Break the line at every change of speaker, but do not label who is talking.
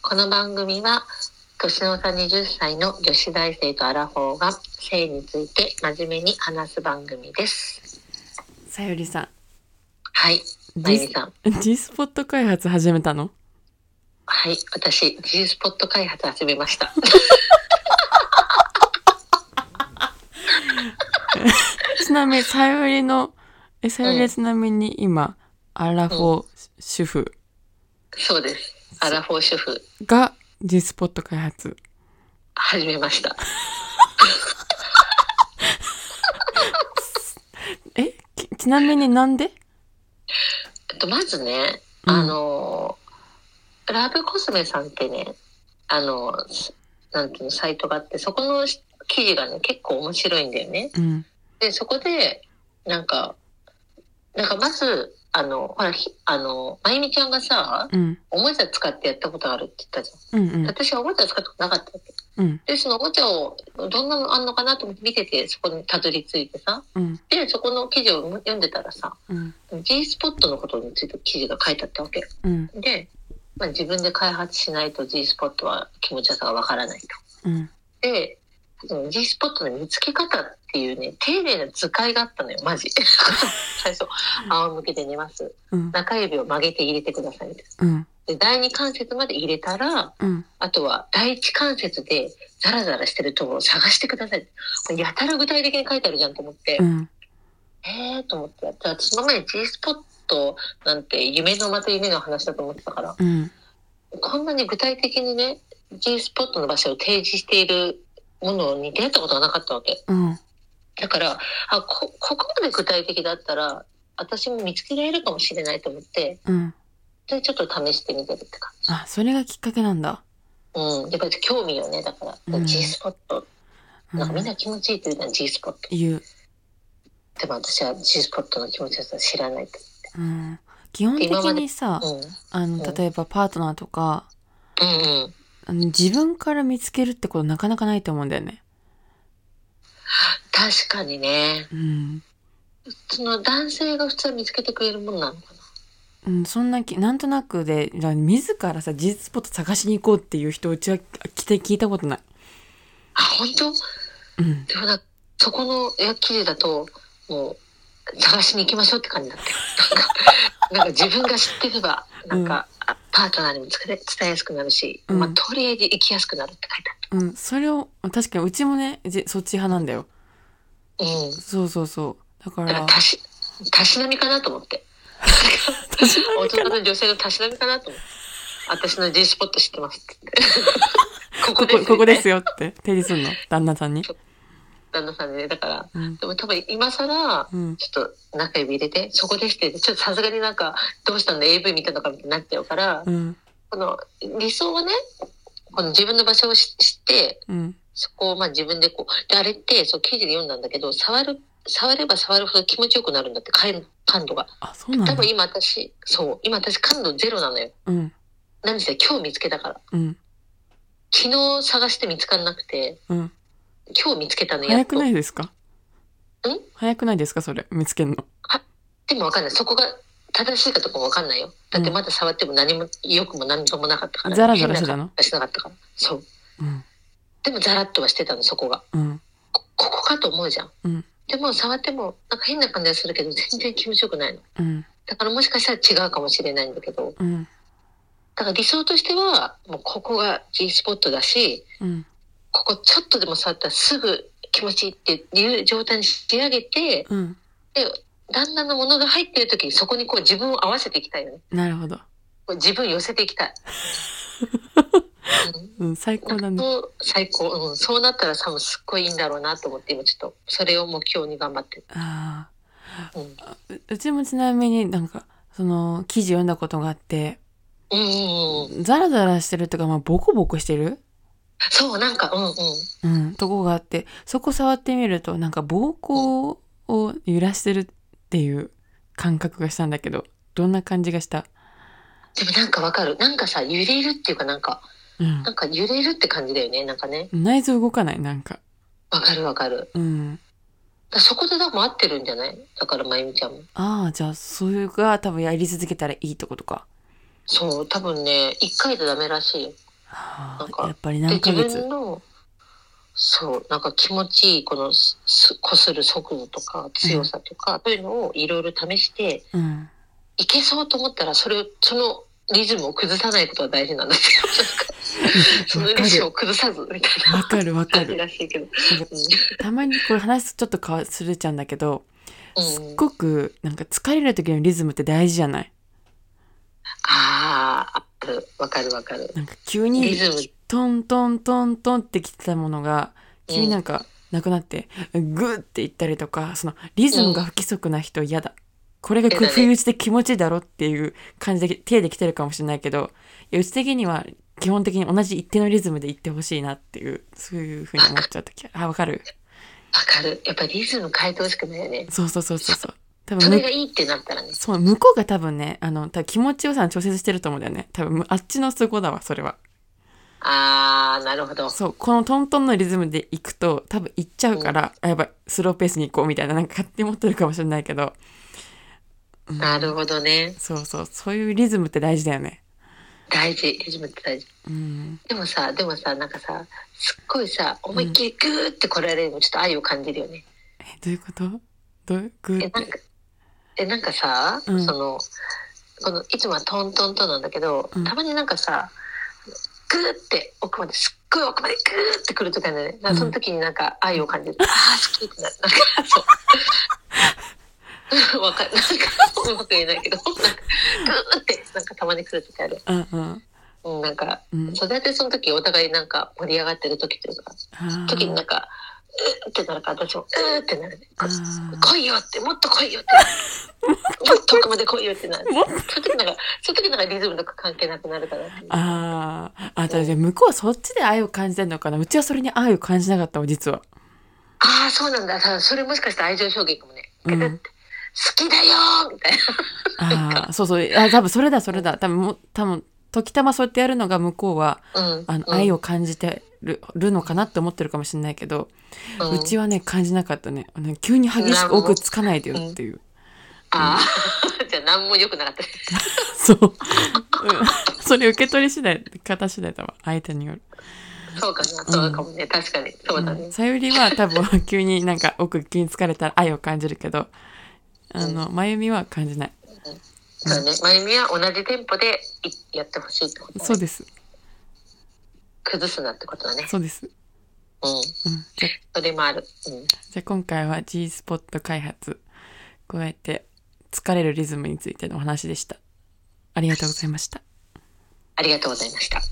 この番組は年の差20歳の女子大生とアラフォーが性について真面目に話す番組です
さゆりさん
はいまゆ
デ
みさん
ィス D スポット開発始めたの
はい私 G スポット開発始めました
ちなみにさゆりのえさゆり
う
は
ん
ちなみに今、アラフォー主婦
そうですアラフォー主婦
が D スポット開発
始めました
えきちなみになんで
えっとまずね、
うん
あのラブコスメさんってねあのすなんていうのサイトがあってそこのし記事がね結構面白いんだよね
うん
でそこでなんかなんかまずあのほらひあのまゆみちゃんがさ
うん
おもちゃ使ってやったことあるって言ったじゃん
うんうん
私はおもちゃ使ったことなかったわけ
うん
でそのおもちゃをどんなのあんのかなと思って見ててそこにたどり着いてさ
うん
でそこの記事を読んでたらさ
うん
G スポットのことについて記事が書いてあったわけ
うん
で、まあ、自分で開発しないと G スポットは気持ちよさがわからないと。
うん
で、その G スポットの見つけ方っていうね、丁寧な図解があったのよ、マ ジ。最初、仰向けで寝ます。
うん
中指を曲げて入れてくださいみたいな。
うん
で、第二関節まで入れたら、
うん
あとは第一関節でザラザラしてるところを探してください。これやたら具体的に書いてあるじゃんと思って、
うん
えーと思って、私の前に G スポットなんて夢のまた夢の話だと思ってたから、
うん
こんなに具体的にね、G スポットの場所を提示しているものに出会ったことがなかったわけ。
うん
だから、あ、こ、ここまで具体的だったら、私も見つけられるかもしれないと思って、
うん
で、ちょっと試してみてるって感じ。
あそれがきっかけなんだ
うん。やっぱり興味よね、だから。
うん
G スポット。
うん
なんかみんな気持ちいいって言うのは G スポット。
言う
でも私は G スポットの気持ちよさ知らないと。
うん基本的にさ
うん。うん
あ
ん
の例えばパートナーとか
うん。
あの自分から見つけるってことなかなかないと思うんだよね。
確かにね。
うん。
その男性が普通は見つけてくれるもんなのか
うん、そんなき、なんとなくで、だから自らさ、事実スポット探しに行こうっていう人、うちは来て聞いたことない。
な。あ、本当
うん。
でもなそこのや記事だともう探しに行きましょうって感じだ ったよなんかなんか自分が知ってればなんか、あパートナーにもつけ伝えやすくなるし、
うん
まあ、とりあえず行きやすくなるって書いて
うん。それを、確かにうちもね、じそっち派なんだよ。
ある、うん、
そうそうそう。だか
だから
ら、
たしたしなみかなと思って
たし
大人の女性のたしなみかなと思って私の G スポット知ってますって ここ
こ
です、
こ、
ね、
ここですよって提示するの。旦那さんに。
旦那さんでねだから
うん。
でも多分今更
うん。
ちょっと中指入れてそこですって言ってちょっとさすがになんかどうしたんだ AV 見たのかみたいになっちゃうから、
うん。
この理想はね、この自分の場所をし知って、
うん。
そこをまあ自分でこう、で、あれって、そう記事で読んだんだけど、触る、触れば触るほど気持ちよくなるんだって、感感度が。
あ、そうな
多
んだ
分。今私、そう、今私感度ゼロなのよ。
うん。
何せ今日見つけたから。
うん。
昨日探して見つからなくて、
うん。
今日見つけたのや
早
っ
く
と。
ないですか
ん
早くないですかそれ。見つけるの。
でもわかんない。そこが正しいかとかもわかんないよ。だってまだ触っても何も、良くも何ともなかったから。
ザラザラしてた
変な
の
感じしなかったから。そう。
うん。
でもザラッとはしてたの、そこが。
うん。
こここかと思うじゃん。
うん
でも触ってもなんか変な感じがするけど全然気持ちよくないの。
うん。
だからもしかしたら違うかもしれないんだけど、
うん。
だから理想としてはもうここが G スポットだし、
うん。
ここちょっとでも触ったらすぐ気持ちいいっていう状態に仕上げて、
うん。
旦那のものが入ってる時にそこにこう自分を合わせていきたいよね。
なるほど。
こう自分寄せていき たい。うん
うん、最高だね。
そう最高、うん、そうなったら多分すっごいいいんだろうなと思って今ちょっとそれを目標に頑張ってる、
あ
うん
ーううちもちなみになんか、その、記事読んだことがあって、
うんうんうん、
ザラザラしてるとか、まあ、ボコボコしてる
そう、なんか、うんうん。
うん、とこがあって、そこ触ってみると、なんか、膀胱を揺らしてるっていう感覚がしたんだけど、どんな感じがした
でもなんかわかる。なんかさ、揺れるっていうかなんか、
うん
な。んか揺れるって感じだよね。なんかね。
内臓動かない、なんか。
わかるわかる。
うん。
だそこで多分合ってるんじゃないだから、まゆみちゃんも。
ああ、じゃあ、それが多分やり続けたらいいってことか。
そう、多分ね、一回じゃダメらしいよ。
は
なん
あ、
か
やっぱり
で
何ヶ
自
月
分のそうなんか気持ちいいこのすすこする速度とか強さとか、そういうのをいろいろ試して
うん
いけそうと思ったらそれをそのリズムを崩さないことが大事なんですよそのリズムを崩さずみたいな
わかるわか
感じ
る
らしいけど、
なんかたまにこれ話すとちょっと変わすれちゃうんだけど
うん
す
う
っ
ん、
ごくなんか疲れる時のリズムって大事じゃない
あああるわかるわかる
なんか急
リ
に
ズム
トントントントンってきてたものが急になんかなくなってグーっていったりとかそのリズムが不規則な人嫌だこれが
嫌だね
不意打ちで気持ちいいだろっていう感じで手で来てるかもしれないけどいやうち的には基本的に同じ一定のリズムで行ってほしいなっていうそういうふうに思っちゃう時あるあわかる
わかるやっぱりリズム変えてほしくないよね
そうそうそうそうそう多分
それ
む
がいいってなったらね
そう向こうが多分ねあの多分気持ちよさに調節してると思うんだよね多分むあっちの都合だわそれは
ああなるほど
そうこのトントンのリズムで行くと多分行っちゃうから、あやばいスローペースに行こうみたいななんか勝手に持ってるかもしれないけど、うん
なるほどね
そうそうそういうリズムって大事だよね
大事リズムって大事
うん
でもさでもさなんかさすっごいさ思いっきりグーってこられるのちょっと愛を感じるよね。
えどういうことどういうグ
え
ーっ
なん
て
かえなんかさ、
うん
そのこのいつもはトントントンなんだけど、
うん
たまになんかさグーって奥まですっごい奥までグーってくるとかねなんかその時になんか愛を感じる、ああ好きってなるなんかそう わかなんかうまく言えないけどなんかグーってなんかたまにくる時ある、
うんうん
うん、なんか
うん
それってその時お互いなんか盛り上がってる時というか
あ
時になんか「うーってなるから私も「うーってなるね「
あー
来いよ」って「もっと来いよ」って「もっと奥まで来いよ」ってなる
もっ
その時なんかその時なんかリズムとか関係なくなるから
あーあだから向こうはそっちで愛を感じてんのかなうちはそれに愛を感じなかったわ実は
ああそうなんださそれもしかしたら愛情表現かもね「
うん
だって好きだよー」みたいな
ああそうそうあ多分それだそれだ多分もう多分時たまそうやってやるのが向こうは
うん
あの、
うん
愛を感じてるるのかなって思ってるかもしれないけど、う
うん
ちはね感じなかったねあの急に激しく奥つかないでよっていう、
ああ じゃあ何も良くなかった
そう、うん、それ受け取り次第方次第だわ相手による
そうかなそうかもね確かにそうだ
う
ね
んさゆりは多分 急になんか奥急に疲れたら愛を感じるけどあのまゆみは感じない
そうだねまゆみは同じテンポでいやってほしいってことだね
そうです
崩すなってことだね
そうです、うん、
うん
じゃ
それもある。うん。
じゃあ今回は G スポット開発こうやって疲れるリズムについてのお話でしたありがとうございました
ありがとうございました。